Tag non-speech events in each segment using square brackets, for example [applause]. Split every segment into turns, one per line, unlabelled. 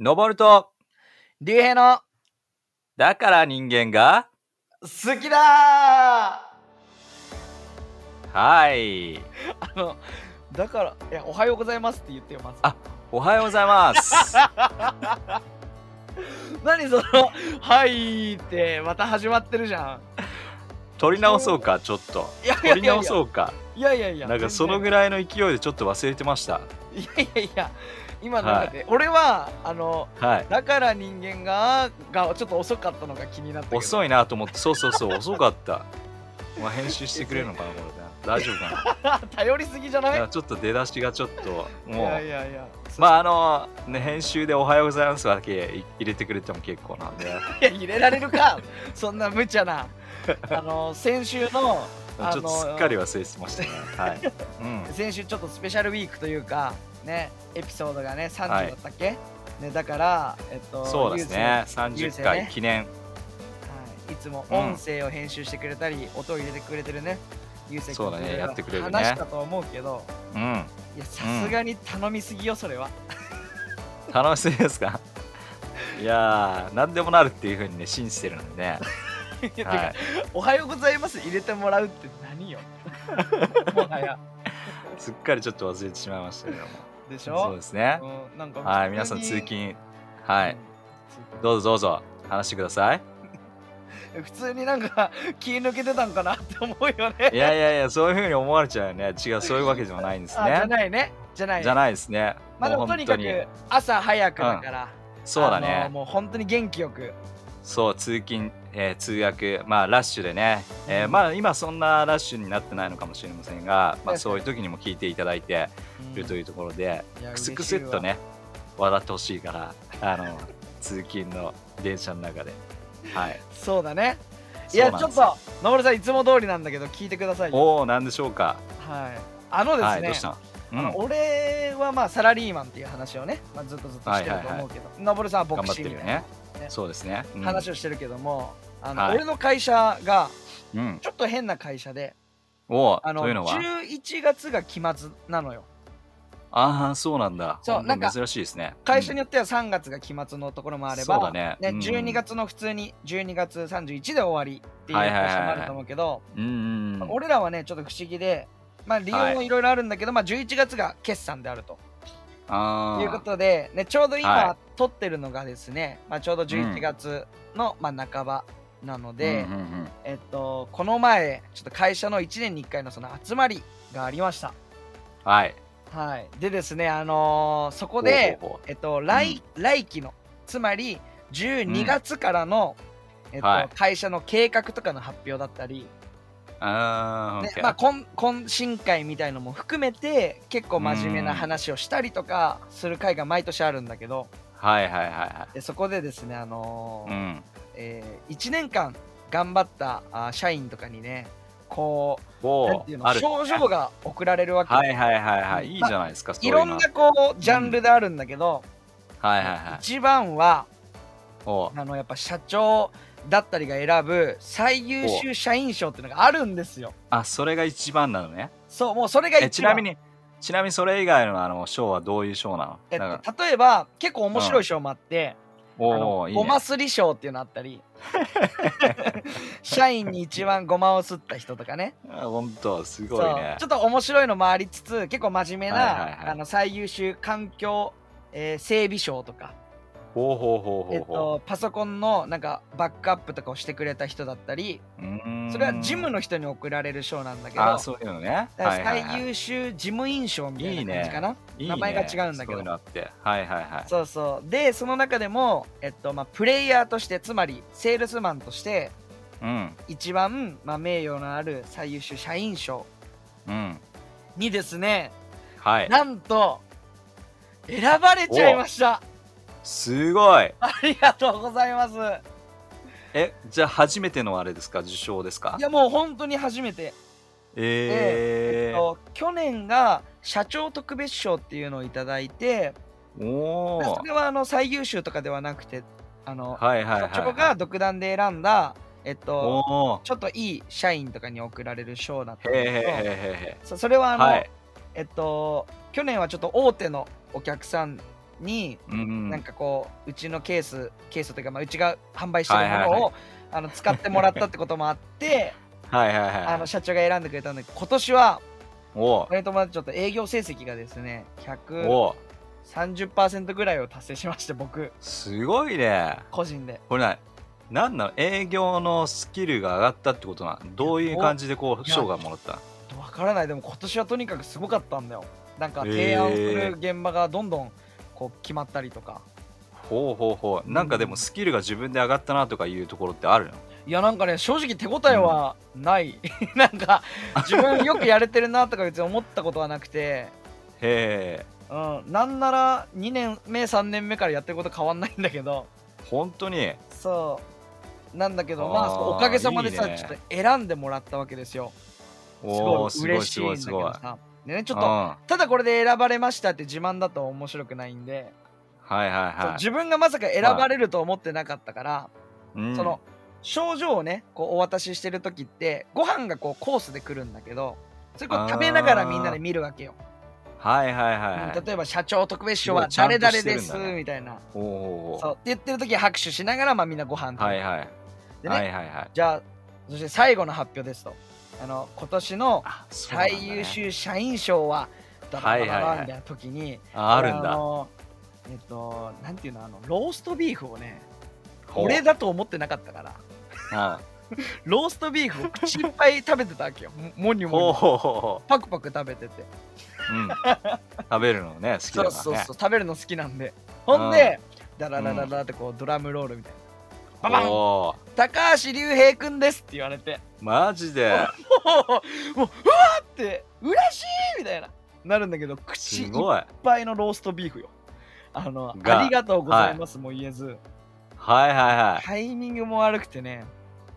登ると、
竜兵の
だから人間が、
好きだ
はい。
ーあのだからいやおはようございますって言ってよまず
あおはようござい
[laughs]
ます。
何その「はい」ってまた始まってるじゃん
取り直そうか、ちょっと。
いやいや
取
い
り
や
直そうか。
いやいやいや
なんかそのぐ
い
らいの勢いでちょっと忘れてました。
いやいやいや今の中で、俺はあの
はい。
だから人間ががちょっと遅かったのが気になったけど
遅いなと思って、そうそうそう、遅かった。まあ、編集してくれるのかな、これね。大丈夫かな。
[laughs] 頼りすぎじゃ
い
[laughs] ない
やちょっと出だしがちょっと、
い
も。
やいうやいや
まああのね、編集で「おはようございます」だけい入れてくれても結構なん
[laughs]
で
いや入れられるかそんな無茶なあの先週の
[laughs] ちょ
あ
っ
の
とすっかり忘れてましたねはい、うん、
先週ちょっとスペシャルウィークというかねエピソードがね30
はい
だったっけ、ねだからえっ [laughs] と
そうですね、
ゆうせ
30
い
回
ね
記念、
ゆうせいはい、いつも
うん
音声を編集してくれたり、音を入れてくれてるねゆうせい君
そうだね
といえば
やってくれるね
話したと思うけど
うん、
いやさすがに頼みすぎよそれは、
楽しいですかいやー、何でもなるっていうふうにね、信じてるので
[laughs]
ね、
いやてか
はい、
おはようございます」入れてもらうって何よ [laughs] もはや
すっかりちょっと忘れてしまいましたけども、
でし
そう
ょ
ですね、
うんなんか
はい、皆さん、通勤、はい、
うん
どうぞどうぞ、話してください。
普通になんか気抜けてたんかなって思うよね
いやいやいや、そういうふうに思われちゃうよね、違う、そういうわけでもないんです
あじゃ
ね。
ないねじゃない
じゃないですね、
まあで
もう
もと
本
に
当
か
に
く、朝早くだから、
そうだ
あの
ね、
もう本当に元気よく
そう、通勤、えー通学、まあ、ラッシュでね、えー
うん
まあ、今、そんなラッシュになってないのかもしれませんが、まあ、そういう時にも聞いていただいて、るというところで、クスクスっとね笑ってほしいからあの通勤の電車の中ではい
そうだねいや
そうな
ちょ
んで
っ
すよ
とのぼるさんいつも通りなんだけど聞いてくださいよ
おおなんでしょうか、
はいあの
はいど
で
う
す
した
ね
う
あの
ん
俺はまあサラリーマンっていう話をね、まあ、ずっとずっとしてると思うけど、のぼるさんはボ
頑
ク
張っ
シ
て
ング
るよ
みたい
ね
ね
そうですね、うん、
な話をしてるけども、あの
はい
俺の会社が
うん
ちょっと変な会社で
おお
あの
というのは
11月が期末なのよ
ああそうなんだ
そう
ほと
なんか
珍しいですね
会社に
うん
よっては3月が期末のところもあれば、
そうだねうんうん
12月の普通に12月31で終わりっていう
はいはいはいはい
会社もあると思うけど、
うんうん
俺らはねちょっと不思議で、まあ、理由もいろいろあるんだけど、まあ、11月が決算であると
あ
いうこ
あ
とで、ね、ちょうど今、
は
取ってるのがですね、まあ、ちょうど11月の、まあ、半ばなので、
うんうんうん
えっと、この前ちょっと会社の1年に1回のその集まりがありました。
はい
はい、でですね、あのーそこで、
ほうほうほ
えっと、来,、来期のつまり
うん
12月からの、えっと
はい
会社の計画とかの発表だったり、
うああ、
ね
OK
まあ、懇懇親会みたいのも含めて結構真面目な話をしたりとかする会が毎年あるんだけど
はいはいはいは
でそこでですね、あの
い
ー
うん
え1年間頑張ったあ社員とかにねこうなん
お
ていう
ー
の
ある
賞状が送られるわけ、
はいはいはいはいいいじゃないですか、そうい
いう
の
ろんなこうジャンルであるんだけど、
はいはいはい
一番は
おう
あのやっぱ社長だったりが選ぶ最優秀社員賞っていうのがあるんですよ。
あそれが一番なのね
そうもうそれが一
えち
番
なみにちなみにそれ以外のあの賞はどういう賞なの
えっ
なんか
と、例えば結構面白い賞もあって、あ
お
の
おいい
ご
ね
ま。すり賞っていうのあったり社員に一番ごまをすった人とかね
あ本当 [laughs] すごい
そう
ね
ちょ。っと面白いのもありつつ結構真面目
は
な、
いはいはい
あの最優秀環境、えー整備賞とか、
ほうほうほうほ
え
う
っ
ほ
と、パソコンのなんかバックアップとかをしてくれた人だったり
う。うーん
それはジムの人に贈られる賞なんだけど。
あそういうのね。
だから
はいはいはい
最優秀事務員賞みたいな感じかな。
いいね
名前が違うんだけど
そういうのあって。はいはいはい。
そうそう。で、その中でも、えっと、まあ、プレイヤーとして、つまり、セールスマンとして、
うん
一番、まあ、名誉のある最優秀社員賞
うん
にですね、
はい。
なんと、選ばれちゃいました。
すごい。
ありがとうございます。
えじゃあ初めてのあれですか受賞ですか
い。や、もう本当に初めて。
え
えっ
ー。
と去年が、社長特別賞っていうのをいただいて、
おお
そ。れは、あの、最優秀とかではなくて、あの、
はいはいはい
社長
は
が独断で選んだ、えっ
い。
と、
おお。
ちょっといい社員とかに贈られる賞だった
へ
ん
ーへ
です
ーへー
け
へ
どそそれはあ
ー。
の、
はい。
えっと去年はちょっと大手のお客さんに、
うんうん
なんかこううちのケースケースというか、まあ、うちが販売してるも
はい
のを、
はいは
あの使ってもらったってこともあって
はいはい [laughs] はい。
あの社長が選んでくれたんで今年は
おう
俺の友達ちょっと営業成績がですね
おう
130%ぐらいを達成しまして僕
すごいね。
個人で
これな、なんなの営業のスキルが上がったってことなんどういう感じでこう、
いや
賞がもらった
わからないでも今年はとにかくすごかったんだよなんか提案する現場がどんどんこう決まったりとか、
ほうほうほう。なんかでもスキルが自分で上がったなとかいうところってあるの
いやなんかね正直手応えはない、 [laughs] なんか自分よくやれてるなとか別に思ったことはなくて、
へえ。
うん、なんなら2年目3年目からやってること変わんないんだけど
本当に。
そうなんだけどま
あー
あおかげさまでさ
いいね
ちょっと選んでもらったわけですよす
お
ご
お、す
い
ごい
嬉し
す
いん
ご
だ
い
け
すごい
ど。さでねち
ち
ょっ
うん、
と
は
ただこれで選ばれましたって自慢だと面白くないんで、
いはい
そう
はい。
自分がまさか選ばれると思ってなかったから、
うん
その症状をねこうお渡ししてる時ってご飯がこうコースで来るんだけどそれこ
あ
う
ー
食べながらみんなで見るわけよ、
はいはいはいは
うん
い。
例えば社長特別賞
すご
はい
ちゃんと
誰々で
して
す
るんだね
みたいな
おうおう
そう
お
って言ってる時は拍手しながらまあみんなご飯食べ
う。はいはい。
でね、
はいはいはい。
じゃあそして最後の発表ですとあの今年の
あ、そうなんだね
最優秀社員賞はだ
はいはいはい
みたいな時に
ああるんだ。
のえっとなんていうのあのローストビーフをね
ほう
俺だと思ってなかったから
うん
ローストビーフを口いっぱい食べてたわけ
[laughs]
よ。ももに
ほう
も
ほう
に
ほうほ
パクパク食べてて。
う。うん。食べるの
[laughs]
ね、好きだ
そ
か
う
らね。
そうそう、食べるの好きなんで。ほんで、ダララララってこうドラムロールみたいな。ババン
おー
高橋隆平くんですって言わ
[laughs]
れて、
マジで。
もう、もううわーって、嬉しいみたいな。なるんだけど、口
す
いっ
ごい。
ぱいのローストビーフよ。あの、
が
ありがとうございますも言えず、
はいはいはい。
タイミングも悪くてね。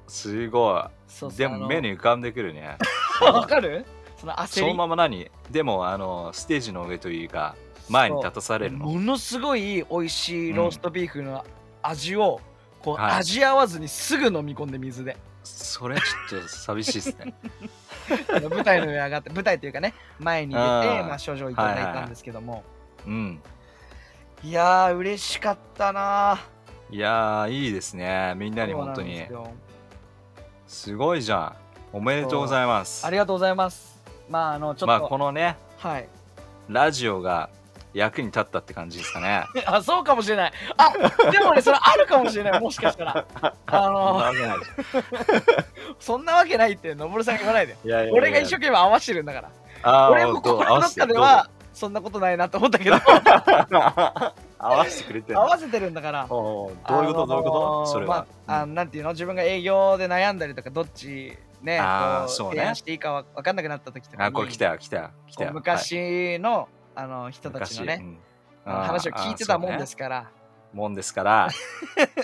すご
そう
い。
そう
で
あ
も
の
目に浮かんでくるね。
[laughs] わかるその焦
そ
り。
のまま何でもあのステージの上というか前に立たされるの。
ものすごい美味しいローストビーフの味を、こう
はい
味合わずにすぐ飲み込んで水で
それはちょっと寂しいです
[laughs]
ね。
舞台の上上がって舞台というかね前に出て
あー
まあ賞状いただいたんですけども、
うん。
いやー嬉しかったなー
いやーいいですね。みんなに
そう
本
なん
当
で
に
す。よ
すごいじゃん。おめでとうございます
あ。りがとうございますまああのちょっと、
まあこのね、
はい [laughs]
ラジオが役に立ったって感じですかね。
あそうかもしれないあでもねそれあるかもしれないもしかし
[laughs]
たらあ
そんな
の
わけないでしょ
そんなわけないってのぼるさんが言わないで
いやいやいや
俺が一生懸命合わせてるんだから
あー
俺
ど
も
う
心
合
の
わ
ど
せ
ってかではそんなことないなと思ったけど
どうぞ [laughs] 合わせてくれて
合
るの
わせてるんだから
おうおう [laughs] どういうこと、
あのー
どういうことそれは、
まあ、あなんていうの自分が営業で悩んだりとかどっちね
あー
こ
そうね
提案していいかわ分かんなくなった時と
うん
か
あ
に
これ来たよ来たよ来
こ
た
う
よ
昔の,、あの人
はい
たちの
昔
ね、
うん
あの
あー
話を聞いてたもんですから
あ
[laughs]
ーそうねもんですから、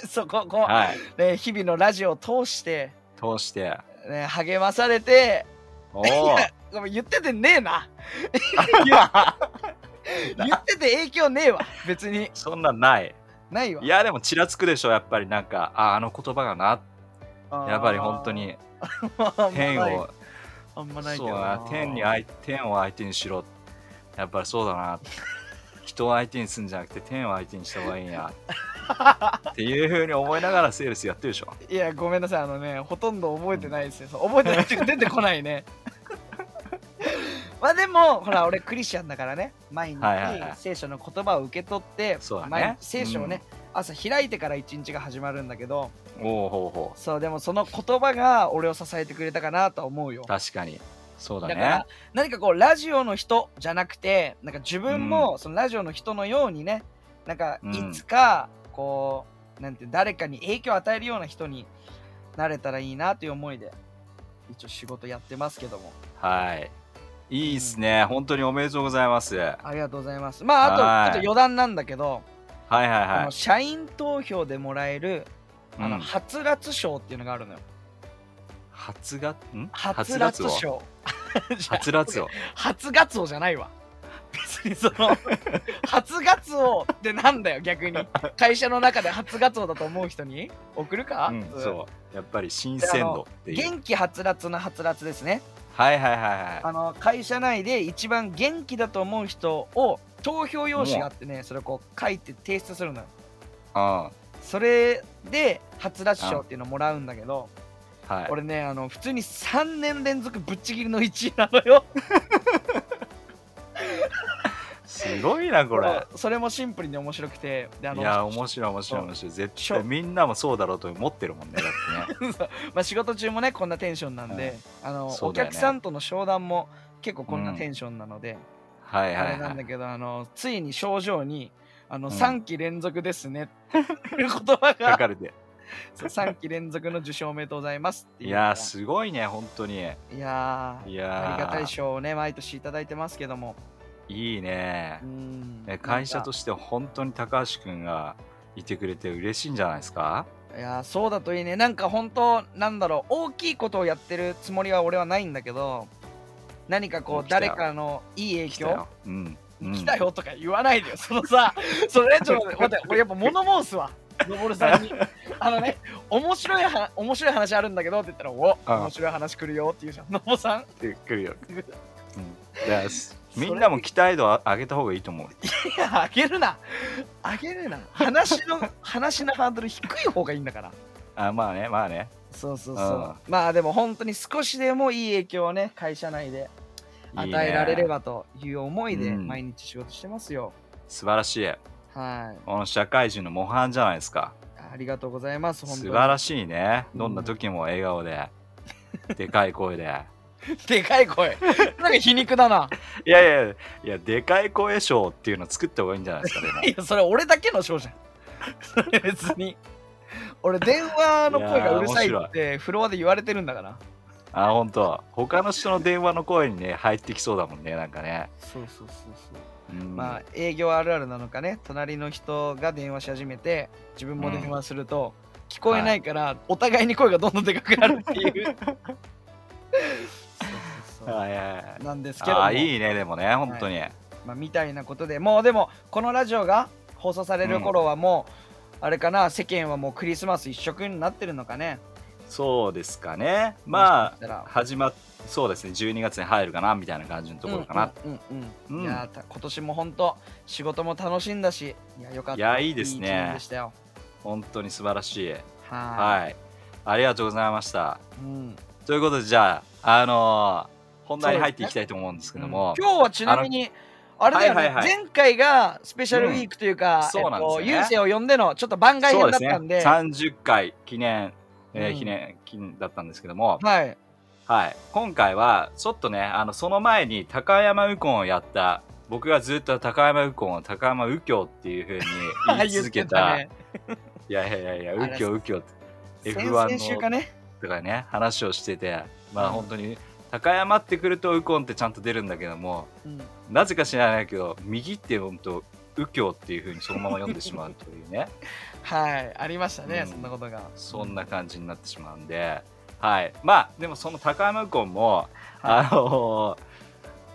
そ,、ここう、
はい、
ね、日々のラジオを通して、
通して
ね、励まされて
おお
ごめん言っててね
[laughs]
えな言ってて影響ねえわ別に
そんなんない
ないわ
いやでもちらつくでしょやっぱりなんかああの言葉がなやっぱり本当に天を
あんまないけ
そう
ど
だな天にあい天を相手にしろやっぱりそうだな人を相手にするんじゃなくて天を相手にした方がいい
[laughs]
なっていうふうに思いながらセールスやってるでしょ
いやごめんなさいあのねほとんど覚えてないですよ、そう覚えてないっていうか出てこないね [laughs] まあでもほら俺クリスチャンだからね毎日
はいはいはい
聖書の言葉を受け取って、
そうだね
毎日聖書をね、朝開いてから一日が始まるんだけど
おおほうほ
そうでもその言葉が俺を支えてくれたかなとは思うよ
う確かにそうだ
だか
ね
ら何かこうラジオの人じゃなくてなんか自分もそのラジオの人のようにね、なんか
うん
いつかこうなんて誰かに影響を与えるような人になれたらいいなという思いで一応仕事やってますけども
はいいいっすね、本当におめでとうございますはい
ありがとうございますまああ
はい
とちょっと余談なんだけど、
はい
あ
は
の社員投票でもらえる
い、
あの
うん
はつらつ賞っていうのがあるのよ
初がん
はつらつ賞
はつらつを
[laughs] 初ガツオじゃないわ別にその [laughs] 初ガツオってなんだよ逆に会社の中で初ガツオだと思う人に送るか、
うん、
普通
そうやっぱり新鮮度っていう
元気はつらつのはつらつですね
はいはいはいは
あの会社内で一番元気だと思う人を投票用紙があってねそれをこう書いて提出するのよ
い。
それで初出し賞っていうのをもらうんだけど
うん。はい。
俺ねあの普通に3年連続ぶっちぎりの1位なのよ
すごいな、これ。
[laughs] そうそれもシンプルに面白くてであ
い
の
や、面白い面白い面白い。絶対みんなもそうだろうと思ってるもんね、だって
[laughs]
ね。
まあ、仕事中もねこんなテンションなんで、あの
そ
お
うだよね
客さんとの商談も結構こんなテンションなので、
はい
あ
は
れ
い
な
は
んだ
い。
けど、あのついに症状にあの、
うん
3期連続ですねっていう言葉
書
が
かれて。
そう3期連続の受賞おめでとうございますっていう
い
のが
やー、すごいね、本当に。いや
いやーありがたい
ー、
賞をね毎年いただいてますけども
いいね
う。ん
ね会社と
し
して本当に高橋くんがいてくれて嬉しいんじゃないですか
いやーそうだといいねなんか本当なんだろう大きいことをやってるつもりは俺はないんだけど何かこ
来
う
たよ
誰かのいい影
来
響
たよ。うん。うん
来たよとか言わないでよ、 [laughs] そのさ、それちょっと待って、待っ
[laughs]
て俺やっぱ物申すわ、のぼるさんに。あのね、面白いは面白い話あるんだけどって言ったら、お
あ
面白い話来るよって言うじゃん、のぼさん。
来るよ。うん、だからすみんなも期待度を上げた方がいいと思う。
いや、あげるな、あげるな、
[laughs]
話の話のハードル低い方がいいんだから。
あまあね、まあね。
そうそう
あ
そう。まあでも本当に少しでもいい影響をね、会社内で与
いいね
えられればという思いで、
うん
毎日仕事してますよ。
素晴らしい。
はい、
この社会人の模範じゃないですか。
ありがとうございます、本
素
当
晴
に。
らしいね。
うん
どんな時も笑顔で、でかい
[laughs]
声で。
でかい声。なんか皮肉だな。
いやいやいやいや、でかい声賞っていうの作った方がいいんじゃないですか、で
[laughs]
も
いや、それ俺だけの賞じゃん。それ [laughs] 別に。俺、電話の声がうるさい
いやー面
って、フロアで言われてるんだから。
あ、本当。他の人の電話の声にね、入ってきそうだもんね、なんかね。
そうそうそうそう。
うん、
まあ、営業あるあるなのかね、隣の人が電話し始めて、自分も電話すると、聞こえないから、お互いに声がどんどんでかくなるっていう。そうそうそう
はいはいはい
[laughs] なんですけども
ああいいねでもね本当に、
まあ、みたいなことでもうでもこのラジオが放送される頃はもう、あれかな世間はもうクリスマス一色になってるのかね
そうですかねまあ
あ
始まっそうですね12月に入るかなみたいな感じのところかな、
うんうんうんう
う
ん
ん
いやーた今年も本当仕事も楽しんだしいやよかった
いやいいですね
い一年でしたよ
本当に素晴らしい
は
はいありがとうございました
い、うん
ということでじゃああのー本題に入っていきたいと思うんですけども、
今日はちなみにあれだよね、
はいはいはい
前回がスペシャルウィークというか、
うんそうなんですよね
えっと、優勢を呼んでのちょっと番外
そう
編
で
だっ
すね
たんで
30回記念、えー
うん
記念記念だったんですけども、
はい
はい、今回はちょっとねあのその前に高山右近をやった僕がずっと高山右近を高山右京っていうふうに言い続けた
[laughs] 言って
いやいやいやいや
あれ
右京右京って
たね
F1
先
の
々週かね
とかね話をしててま
う
あ
ん
本当に高山ってくると右近ってちゃんと出るんだけども
うん
なぜか知らないけど右って本当右京っていうふうにそのまま読んでしまうという
[laughs]
ね
はいありましたね、
うん
そんなことが
そんな感じになってしまうんではいまあでもその高山右近もあのー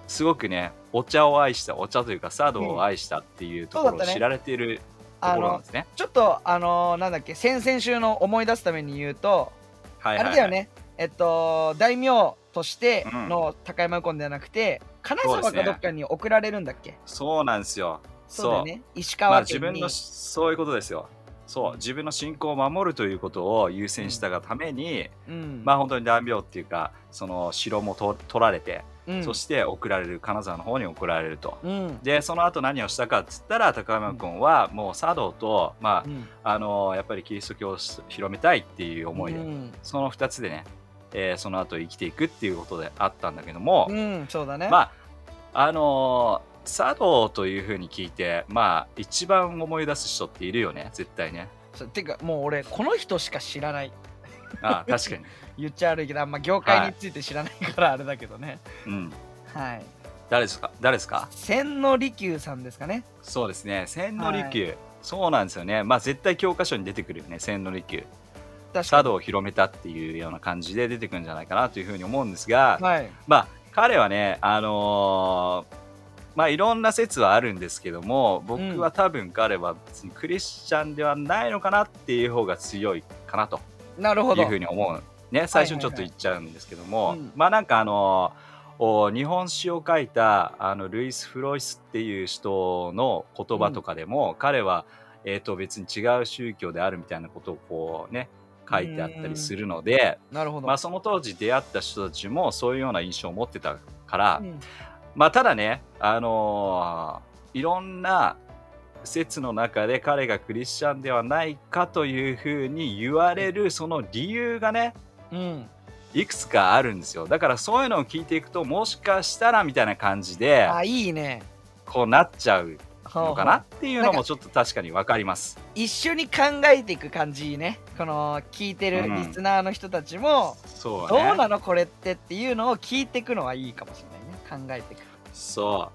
すごくねお茶を愛したお茶というか茶道を愛したっていうとこ
うんそ
ろ
うだ
を
ったね
知られていると
あ
ころなん
の
ですね。
ちょっとあのーなんだっけ先々週の思い出すために言うと、
はい
あれだよねえっと大名としての高山右近ではなくて、金
そうで
沢
す
か
ね
どっかに送られるんだっけ
そうなんですよ。
そうだよね石
まあ、
川
自
県
分
に、
のそういうことですよそう自分の信仰を守るということを優先したがために、
うん
まあ本当に断病っていうかその城もと取られて、
うん
そして送られる金沢の方に送られると。
うん
でその後何をしたかっつったら高山君はもう茶道と、ま
うん
あ、あのやっぱりキリスト教を広めたいっていう思いで、
うん、
その2つでね、えーその後生きていくっていうことであったんだけども、
うんそうだね、
まああのー茶道というふうに聞いてまあ一番思い出す人っているよね絶対ね
そうてかもう俺この人しか知らない
あ確
[laughs]
かに
言っちゃ悪いけどあんま業界について知らないからあれだけどね
うん
はい、
誰ですか誰ですか
千利休さんですかね
そうですね千利休、そうなんですよねまあ絶対教科書に出てくるよね千利休
確か
茶道を広めたっていうような感じで出てくるんじゃないかなというふうに思うんですが、
にはい
まあ彼はねあのーまあいろんな説はあるんですけども僕は多分彼は別にクリスチャンではないのかなっていう方が強いかなと
なるほ
い
ど
うふうに思うね最初にちょっと言っちゃうんですけども、
はいはいはい
まあなんかあのお日本史を書いたあのルイス・フロイスっていう人の言葉とかでも、彼は、えー、と別に違う宗教であるみたいなことをこうね書いてあったりするので、
なるほど。
まあ、その当時出会った人たちもそういうような印象を持ってたから、
うん
まあただね、あのーいろんな説の中で彼がクリスチャンではないかというふうに言われるその理由がね
うん。
いくつかあるんですよだからそういうのを聞いていくともしかしたらみたいな感じで
あ、いいね。
こうなっちゃうのかなっていうの
なん
もちょっと確かに分かります。
一緒に考えていく感じねこの聞いてる
うん
リスナーの人たちも、
そう
どう
ね
なのこれってっていうのを聞いていくのはいいかもしれないね考えていく、
そ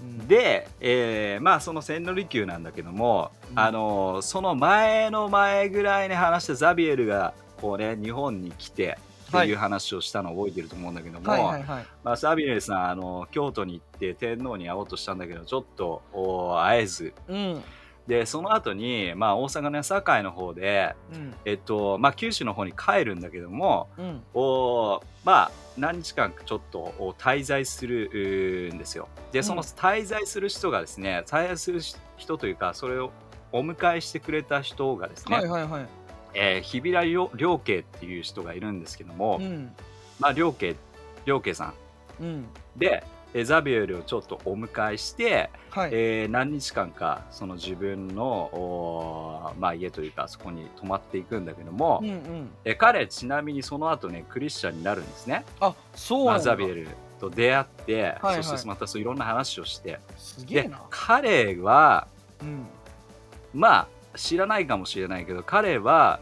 う
うん、
で、えーまあその千利休なんだけども、
うん
あのその前の前ぐらいに話したザビエルがこうね日本に来てっていう話をしたのを覚えてると思うんだけども、
はいはいはい
まあ、ザビエルさんあの京都に行って天皇に会おうとしたんだけどちょっとお会えず
うん
でその後にまあ大阪の堺の方で、
うん
えっとまあ、九州の方に帰るんだけども
うん
おまあ何日間かちょっとお滞在するうーんですよでその
うん
滞在する人がですね、滞在する人というかそれをお迎えしてくれた人がですね、
はいはいはい
えー日比良良良慶っていう人がいるんですけども、
うん
まあ良慶良慶さん
うん
でえーザビエルをちょっとお迎えして、
はい、
えー何日間かその自分の、おーまあ、家というかそこに泊まっていくんだけども、
うんうん
えー彼ちなみにその後ねクリスチャンになるんですね。
あそう
ま
な
あ
ん
ザ
だ
ビエルと出会って、
はいはい
そしてまたそういろんな話をして
すげえ
で
な
彼は
うん
まあ知らないかもしれないけど彼は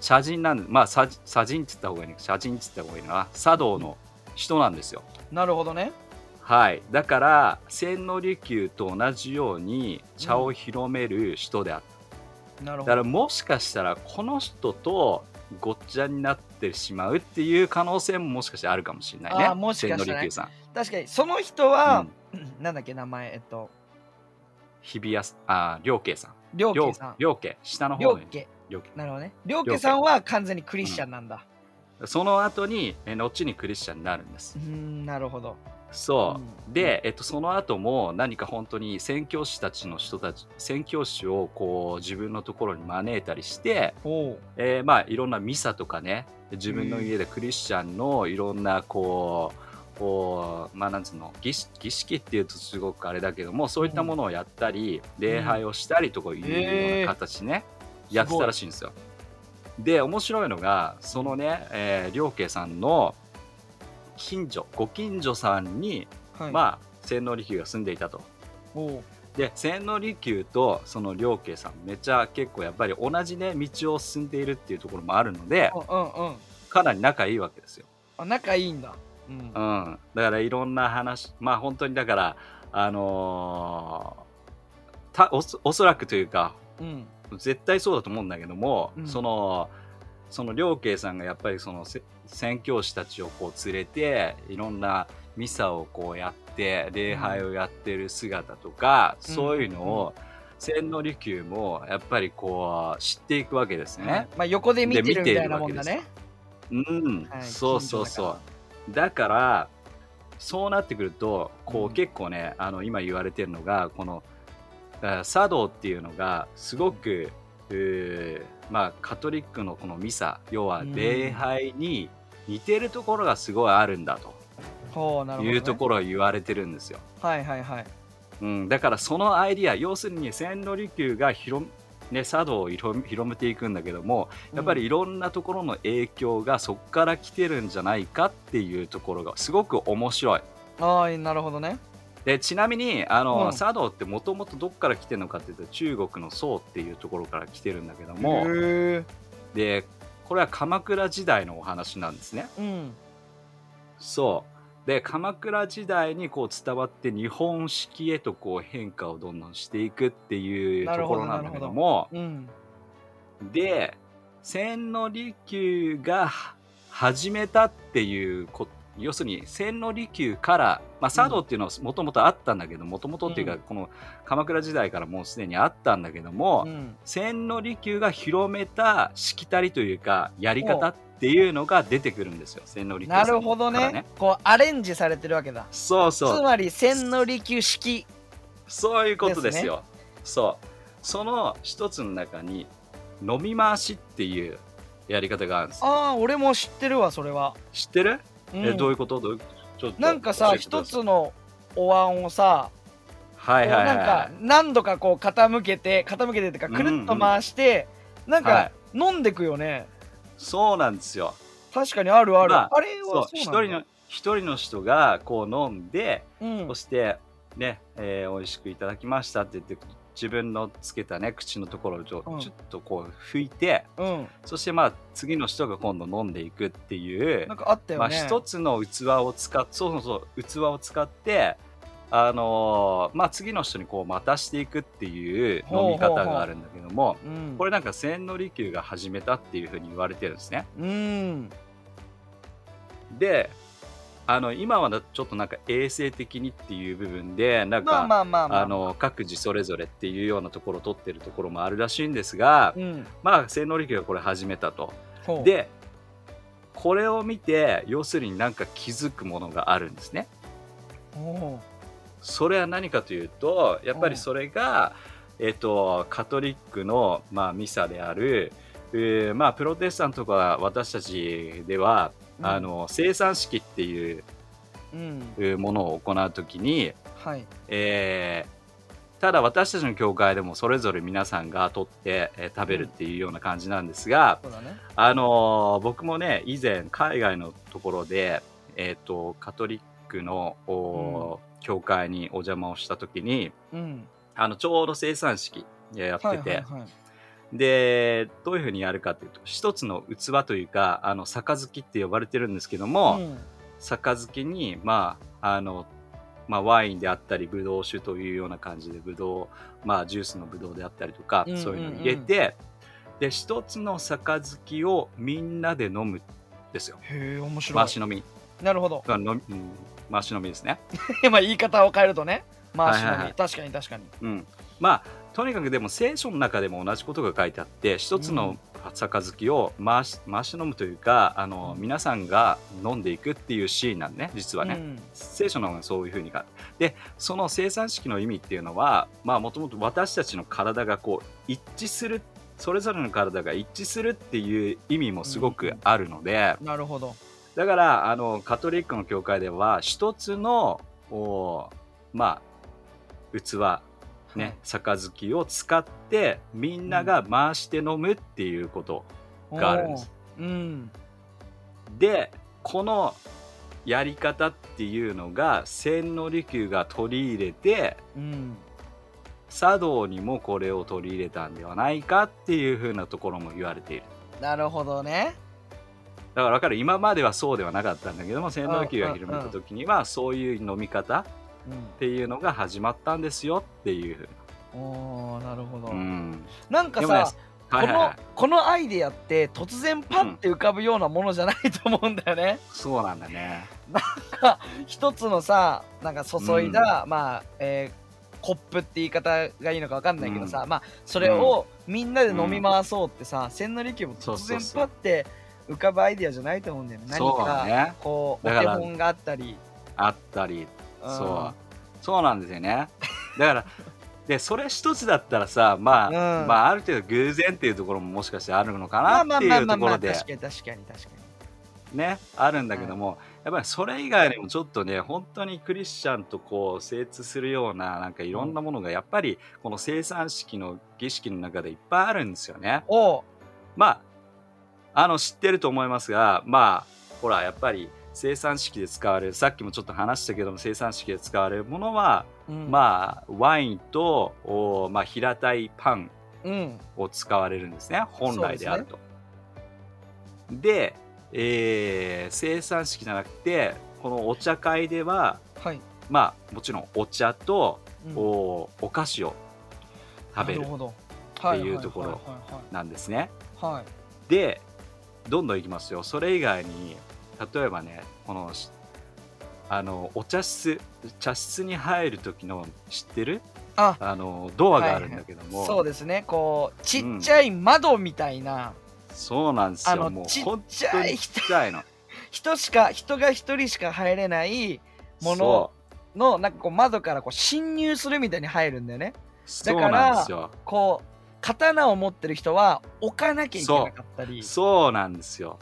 茶人なんまあ茶茶人って言った方がいいね茶人って言った方がいいな茶道の人なんですよ。
なるほどね
はい、だから千利休と同じように茶を広める人であっ
な
た、
るほ
だか
ど
らもしかしたらこの人とごっちゃになってしまうっていう可能性ももしかしてあるかもしれないね
あーもしかしたら
千利
ね
休さん。
確かにその人
う
は
ん、
[clears throat] なんだっけ名前えっと
日比谷さんあー良慶さん
良
両
家さん
両家下の
良
方に
家
両家
なるほどね良家さんは完全にクリスチャンなんだ
その後にえ後にクリスチャンになるんで
う
す
んなるほど
そう、
うん
で、えっと、その後も何か本当に宣教師たちの人たち宣教師をこう自分のところに招いたりして、
おう
えーまあいろんなミサとかね自分の家でクリスチャンのいろんなこうこうまあなんつうの儀式儀式っていうとすごくあれだけどもそういったものをやったり、礼拝をしたりとかいうような形ね、
えー
やってたらしいんですよ。で面白いのがそのね、えー、良慶さんの近所ご近所さんに、
はい
まあ千利休が住んでいたと。
おう
で千利休とその良慶さんめちゃ結構やっぱり同じね道を進んでいるっていうところもあるので
うんうんうん
かなり仲いいわけですよ。
あ仲いいんだうん
う、ん、だからいろんな話まあ本当にだからあのーたおそおそらくというか
うん、
絶対そうだと思うんだけども、
うん
そのその良慶さんがやっぱりそのせ宣教師たちをこう連れていろんなミサをこうやって礼拝をやってる姿とか、
うん
そういうのを千利休もやっぱりこう知っていくわけですね。
まあ横で見てるみたいなもんだ
で見
ね
うん、
はい
そうそうそう。だからそうなってくるとこ
う
うん結構ね、あの今言われてるのがこのあ茶道っていうのがすごく、うーまあ、カトリックのこのミサ要は
うん
礼拝に似てるところがすごいあるんだ
ほうな
と
るほど、
い
ね、
うところを言われてるんですよ。
はいはいはい
うん、だからそのアイディア要するに千利休が広めね、茶道を広め広めていくんだけどもやっぱりいろんなところの影響がそこから来てるんじゃないかっていうところがすごく面白い。
うんああなるほどね
でちなみにあの、
うん
茶道ってもともとどこから来てるのかっていうと中国の宋っていうところから来てるんだけども
へー
でこれは鎌倉時代のお話なんですね。
うん
そうで鎌倉時代にこう伝わって日本式へとこう変化をどんどんしていくっていうところなんだけども
うん
で千利休が始めたっていうこ要するに千利休から、まあ、茶道っていうのはもともとあったんだけどもともとっていう
う
か
ん
この鎌倉時代からもうすでにあったんだけども、
うん
千利休が広めたしきたりというかやり方っていうのが出てくるんですよ千利休さ
なん
から
るほどねこうアレンジされてるわけだ
そうそう
つまり千利休式
そういうことですよ。そう。その一つの中に、飲み回しっていうやり方があるんです。
ああ俺も知ってるわそれは、
知ってる、
うん
えどういうことどういうことちょっと
なんかさ
教えてくだ
一
さい
つのお椀をさ、
はいはいはい
こうなんか何度かこう傾けて傾けてっていうかくるっと回して、なん
は
か飲んでくよね、
そうなんですよ。
確かにあるある、
まあ
あれ
そう
はそう
一
なん
人
だ
の一人の人がこう飲んで、
うん
そしてね、えー美味しくいただきましたって言って自分のつけたね口のところをちょ,、
うん
ちょっとこう拭いて
うん、
そしてまあ次の人が今度飲んでいくっていう
なんかあった
ま
よ
あ、
ね、
一つの器を使っそうそうそう器を使ってあのーまあ、次の人にこう渡していくっていう
ほう
飲
ほう
み方があるんだけども
うん、
これなんか千利休が始めたっていうふうに言われてるんですね
うん
であの今はちょっとなんか衛生的にっていう部分でなんか、
まあまあまあまあ
あの各自それぞれっていうようなところを取ってるところもあるらしいんですが、
うん
まあ千利休がこれ始めたと
ほう
でこれを見て要するになんか気づくものがあるんですね
ほ
それは何かというとやっぱりそれが、えっとカトリックの、まあ、ミサである、えーまあ、プロテスタントとか私たちでは、
う
あの生産式っていう
うん
えーものを行う時に、
はい
えーただ私たちの教会でもそれぞれ皆さんが取って、えー食べるっていうような感じなんですが、
そうだね
あのー僕もね以前海外のところで、えっとカトリックの、おー教会にお邪魔をした時に、
うん
あのちょうど生産式やってて、
はいはいはい
でどういうふうにやるかっていうと一つの器というかあの杯って呼ばれてるんですけど
う
も、
ん
杯にまああのまあ、ワインであったりブドウ酒というような感じでブドウ、まあ、ジュースのブドウであったりとか、
うんうんうん
そういうのを入れてで一つの杯をみんなで飲むんですよ
へえ面白い
回し飲み
なるほど [laughs]
まあ飲みうん回し飲みですね
まあ言い方を変えるとね回し飲み、
はいはいはい
確かに確かに
うん、まあとにかくでも聖書の中でも同じことが書いてあって一つの杯を回し回し飲むというかあの
うん
皆さんが飲んでいくっていうシーンなんね実はね、
うん
聖書の方がそういうふうにかでその生産式の意味っていうのはまあもともと私たちの体がこう一致するそれぞれの体が一致するっていう意味もすごくあるので、
なるほど
だからあのカトリックの教会では一つのおーまあ器
はい
ね、杯を使ってみんなが回して飲むっていうことがあるんです。
おーうん
でこのやり方っていうのが千利休が取り入れて
うん
茶道にもこれを取り入れたんではないかっていうふうなところも言われている。
なるほどね
だから分かる今まではそうではなかったんだけども千利休が広めた時にはそういう飲み方っていうのが始まったんですよっていう。
うんおーなるほど、
うん。
なんか
でもね
さ、
はいはいはい
このこのアイデアって突然パッて浮かぶようなものじゃないと思うんだよね、
そうなんだね。
一つのさなんか注いだ、まあ、えーコップって言い方がいいのかわかんないけどさ、まあそれをみんなで飲み回そうってさ、千利休も突
そうそう
然
そう
パッて浮かぶアイデアじゃないと思うんだよね何
そう
か、
だね。
こうお
だ
手
から
本があったり、
あったり、
ん
そう。そうなんですよね。だから、 [laughs] で、それ一つだったらさ、まあ、
うん
まあ、ある程度偶然っていうところももしかしてあるのか
ま
な
あま
っ
あ
て
まあ
いう
まあ
とこ
ま
ろ
あ
で、
確かに確かに確か
ね、あるんだけども、やっぱりそれ以外にもちょっとね、本当にクリスチャンとこう、精通するような、なんかいろんなものが、やっぱり、この生産式の儀式の中でいっぱいあるんですよね。
におう
まあ、あの知ってると思いますが、まあ、ほら、やっぱり生産式で使われる、さっきもちょっと話したけども、生産式で使われるものは、
うん
まあ、ワインと、おまあ、平たいパン
うん
を使われるんですね、本来であると。でえー生産式じゃなくて、このお茶会では、
はい、
まあ、もちろんお茶と、
うん
おお菓子を食べる
なほど
っていうところなんですね。
はいはいはいはいはい
でどんどんいきますよそれ以外に例えばねこのしあのお茶室茶室に入る時の知ってる
あ
あのドアがあるんだけども、
そうですねこうちっちゃい窓みたいな、
そうなんです
あ
よ
の
も
ち
う
っ
本
ち
当
ゃい
に
人
ちっちゃいの
人しか人が一人しか入れない [laughs] もの
そ
のなんかこう窓からこう侵入するみたいに入るんだよね
うそうなんですよ
こう刀を持ってる人は置かなきゃいけなかったり
そうなんです
[laughs]
よ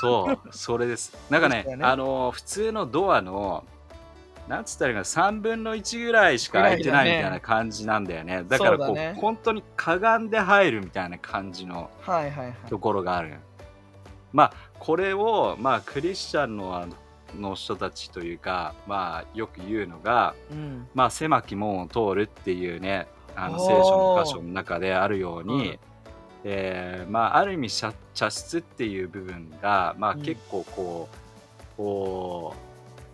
そうそれですなんか
で
ね
すよね
あの普通のドアのなんつったらいいかな3分の1ぐらいしか開いてない
ぐ
み
らいだね
たいな感じなんだよねだからこう
そうだね
本当にかがんで入るみたいな感じの
はいはいはい
ところがあるまあこれをまあクリスチャンのあのの人たちというかまあよく言うのが
うん
まあ狭き門を通るっていうねあの
おー
聖書の箇所の中であるように、
うん
えーまあある意味茶茶室っていう部分がまあ
うん
結構こう、こ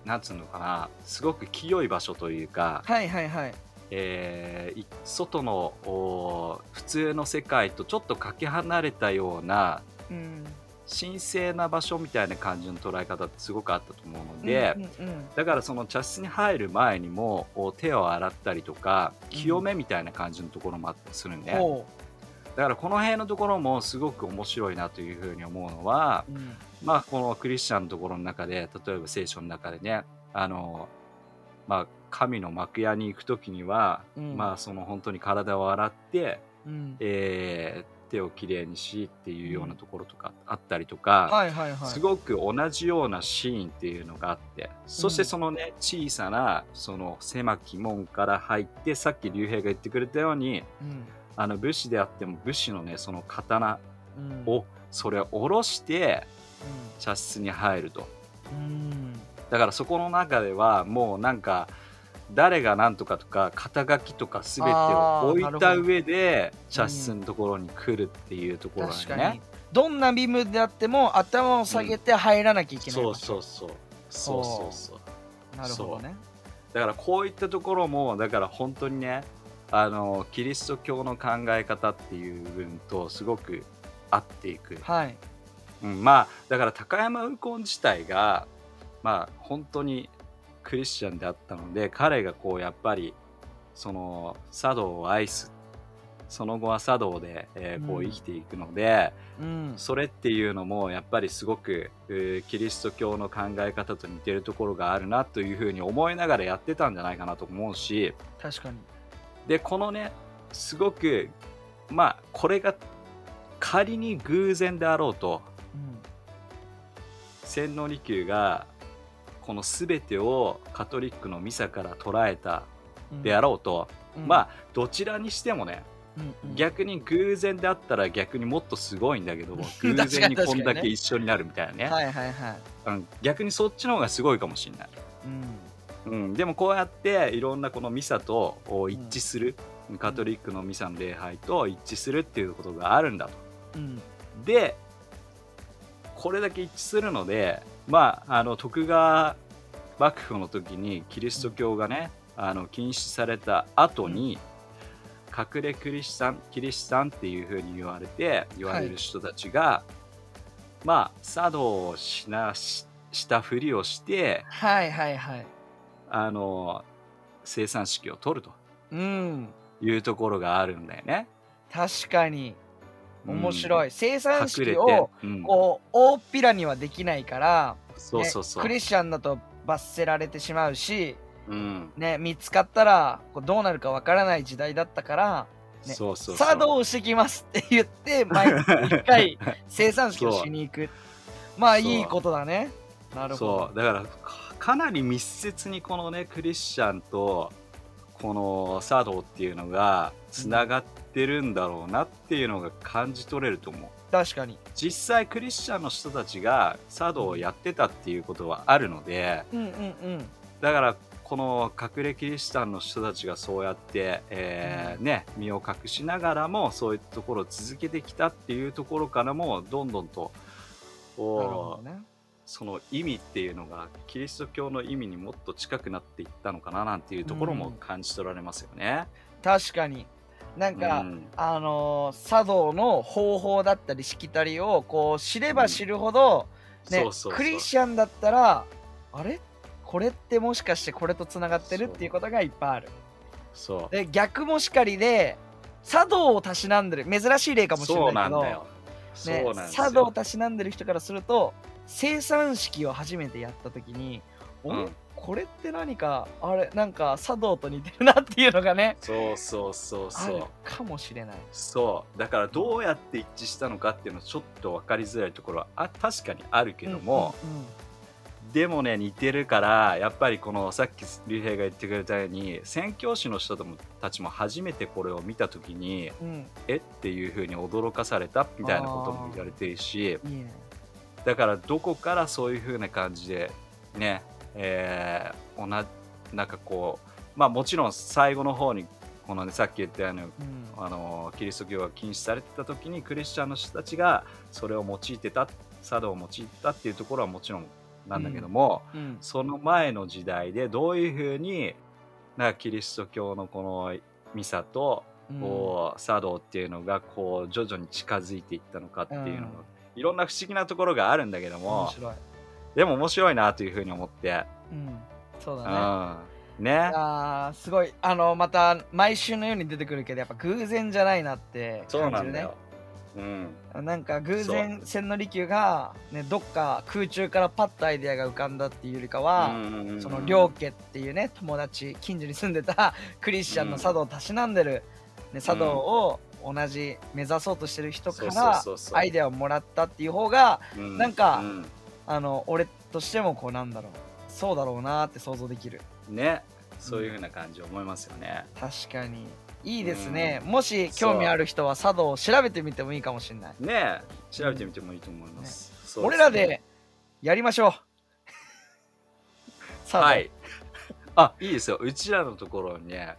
うなんつうのかなすごく清い場所というか、
はいはいはい
えーい外のお普通の世界とちょっとかけ離れたような
うん
神聖な場所みたいな感じの捉え方ってすごくあったと思うので、
うんうんうん
だからその茶室に入る前にもお手を洗ったりとか
うん
清めみたいな感じのところもあったりするんで、
ほ
だからこの辺のところもすごく面白いなというふうに思うのは
ううん
まあこのクリスチャンのところの中で例えば聖書の中でねあのまあ神の幕屋に行く時には、
うん
まあその本当に体を洗って、
うん
えー手をきれいにしっていうようなところとかあったりとか、
はいはいはい
すごく同じようなシーンっていうのがあってそしてそのね、小さなその狭き門から入ってさっき竜兵が言ってくれたように
うん
あの武士であっても武士のねその刀
うん
をそれを下ろして茶室に入ると
うん
だからそこの中ではもうなんか誰が何とかとか肩書きとか全て
あー
を置い
な
た
るほ
上で茶室のところに来るっていうところ
確
だよ
かに
ね。
どんなビムであっても頭を下げて入らなきゃいけない
そ
場
う
所
そうそうそうそうそう
なるほどね
だからこういったところもだから本当にねあのキリスト教の考え方っていう部分とすごく合っていく、
はい
うん、まあだから高山右近自体がまあ本当にクリスチャンであったので彼がこうやっぱりその茶道を愛すその後は茶道で、えーこ
う
うん生きていくので、
うん
それっていうのもやっぱりすごく、えーキリスト教の考え方と似てるところがあるなというふうに思いながらやってたんじゃないかなと思うし
確かに
でこのねすごくまあこれが仮に偶然であろうと
うん
洗脳利休がこの全てをカトリックのミサから捉えた
うん
であろうと、
うん
まあどちらにしてもね
うんうん
逆に偶然であったら逆にもっとすごいんだけど
[laughs] 確
偶
かに
然にこん
確
だ
かに
け
ね
一緒になるみたいなね。
はいはいはい
うん逆にそっちの方がすごいかもしれない、
うん
うん、でもこうやっていろんなこのミサとお一致する、カトリックのミサの礼拝と一致するっていうことがあるんだと
うん
でこれだけ一致するのでまああの徳川幕府の時にキリスト教がねあの禁止された後に、隠れクリスチャンキリシタンっていうふうに言われて言われる人たちが、まあ茶道をしなししたふりをして
はいはいはい
あの生産式を取ると
うん
いうところがあるんだよね。
確かに面白
い。
い生産
隠れ
式
て、
を
うん
こう大っぴらにはできないから
そうそうそう。
ねクリスチャンだと罰せられてしまうし
うん
ね見つかったらこうどうなるかわからない時代だったからね
そうそうそう
茶道をしてきますって
[laughs]
言って毎日1回 [laughs] 生産式をしに行くまあ
そう
いいことだねなる
そ
ほ
うだからかかなり密接にこのねクリスチャンとこの茶道っていうのがつながってるんだろうなっていうのが感じ取れると思う
ど確かに
実際クリスチャンの人たちが茶道をやってたっていうことはあるので
うんうんうん
だからこの隠れキリシタンの人たちがそうやって、えーね、身を隠しながらもそういうところを続けてきたっていうところからもどんどんとお
なるほどね
その意味っていうのがキリスト教の意味にもっと近くなっていったのかななんていうところも感じ取られますよね。
確かになんか、
うん
あのー茶道の方法だったりしきたりをこう知れば知るほど、
そう
ね
そうそう
クリスチャンだったらあれこれってもしかしてこれとつながってるっていうことがいっぱいある
そう
で逆もしかりで茶道をたしなんでる珍しい例かもし
そ
れ
う
な
な
いけ
ん
ど
だよ。
ね
そうなんです
茶道を
よ。
たしなんでる人からすると生産式を初めてやった時に「お、
うん
これって何かあれなんか茶道と似てるな」っていうのがね
そうそうそう
あ
そ
る
う。
かもしれない。
そうだからどうやって一致したのかっていうのはちょっと分かりづらいところはあ確かにあるけども、
うんうん
でもね似てるからやっぱりこのさっき竜兵が言ってくれたように宣教師の人ともたちも初めてこれを見た時に
うん
えっていうふうに驚かされたみたいなことも言われてるし
うんいいね。
だからどこからそういうふうな感じでねえー、おななんかこうまあもちろん最後の方にこのねさっき言ったように
うん
あのキリスト教が禁止されてた時にクリスチャンの人たちがそれを用いてた茶道を用いてたっていうところはもちろんなんだけども、
うん
その前の時代でどういうふうになんかキリスト教のこのミサとこう茶道っていうのがこう徐々に近づいていったのかっていうのが、いろんな不思議なところがあるんだけど
うん面
も
白い。
でも面白いなというふうに思って。
うん、そう
う
だね。
んね、
あーすごいあのまた毎週のように出てくるけどやっぱ偶然じゃないなって
そう
感
な
じ
ん
る
だ
ね
よ。うん、
なんか偶然千利休が、ね、どっか空中からパッとアイデアが浮かんだっていうよりかは、
うんうんうんうん
その両家っていうね友達近所に住んでた [laughs] クリスチャンの茶道をたしなんでる、ね、茶道を同じ目指そうとしてる人か
そう
ら
そうそうそう
アイデアをもらったっていう方が
うん
なんか
うん
あの俺としてもこうなんだろうそうだろうなって想像できる
ねそういうふうな感じ思いますよね、
確かにいいですね、もし興味ある人は茶道を調べてみてもいいかもしれない
ねえ調べてみてもいいと思います、そう
俺
すね
らでやりましょう [laughs] 茶道
はいあいいですようちらのところにね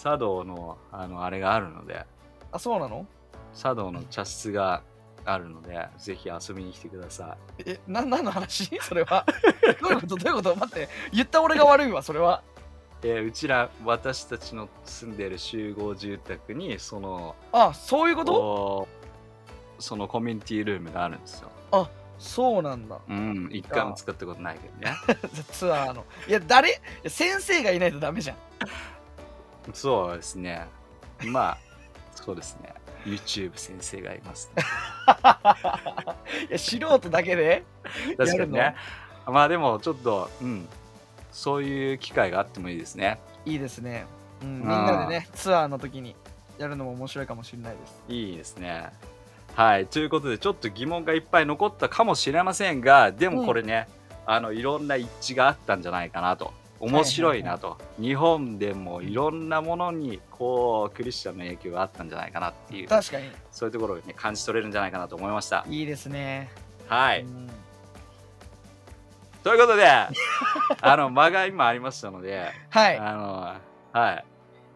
茶道のあのあれがあるので
あそうなの
茶道の茶室があるのでぜひ遊びに来てくださ、
えな何の話 [laughs] それはどういうことどういうこと待って言った俺が悪いわそれはい
えーうちら私たちの住んでる集合住宅にその
あそういうこと
こうそのコミュニティルームがあるんですよ
そうなんだ
うん一回も使ったことないけどね
ツアーのいや誰いや先生がいないとダメじゃん
そうですね。まあ、そうですね。YouTube 先生がいます、ね。
いや素人だけで
確かにね。まあでも、ちょっと、うん、そういう機会があってもいいですね。
いいですね、うん、み
ん
んなでねツアーの時にやるのも面白いかもしれないです
いいですね。はい。ということで、ちょっと疑問がいっぱい残ったかもしれませんが、でもこれね、あの、いろんな一致があったんじゃないかなと。面白いなと、日本でもいろんなものにこうクリスチャンの影響があったんじゃないかなっていう
確かに
そういうところを、ね、感じ取れるんじゃないかなと思いました。
いいですね。、
はいう
ん
ということで、あの間が今ありましたので、
はい。いい
あのはい、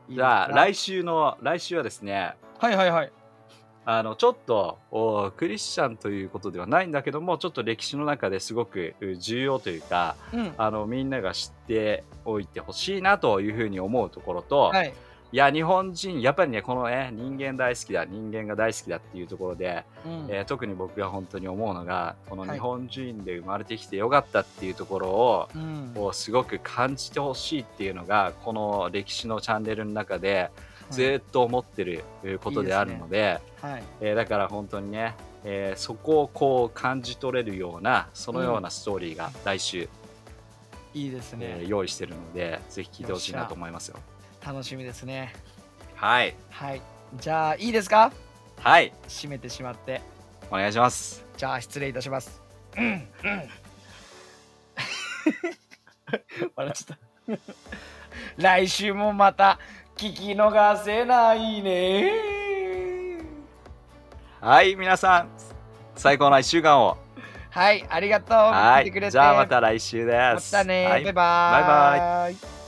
です
じゃあ
か
来週の来週はですね、
はいはいはい。
あのちょっとおクリスチャンということではないんだけども、ちょっと歴史の中ですごくう重要というか、
うん。
あのみんなが知っておいてほしいなというふうに思うところと、、
はいい。
や日本人やっぱりねこのね人間大好きだ、人間が大好きだっていうところで、
うん
えー特に僕が本当に思うのが、この
はい
日本人で生まれてきてよかったっていうところを。
うん
をすごく感じてほしいっていうのがこの歴史のチャンネルの中でずっと思ってるえーことであるので,、
はい。
えーだから本当にね、えーそこをこう感じ取れるようなそのようなストーリーが来週、
いいです
えー
ね。
用意してるのでぜひ聞いてほしいなと思いますよ。
楽しみですね。
はい、
はい。じゃあいいですか
はい、
閉めてしまって。
お願いします。
じゃあ失礼いたします。うんうん。笑っちゃった。来週もまた聞き逃せないね。
はい皆さん最高の1週間を
はい。ありがとう。
は
聞いてくれ
い
て
じゃあまた来週で。
ますたね。
はい
バイバーイ。
バ
イ。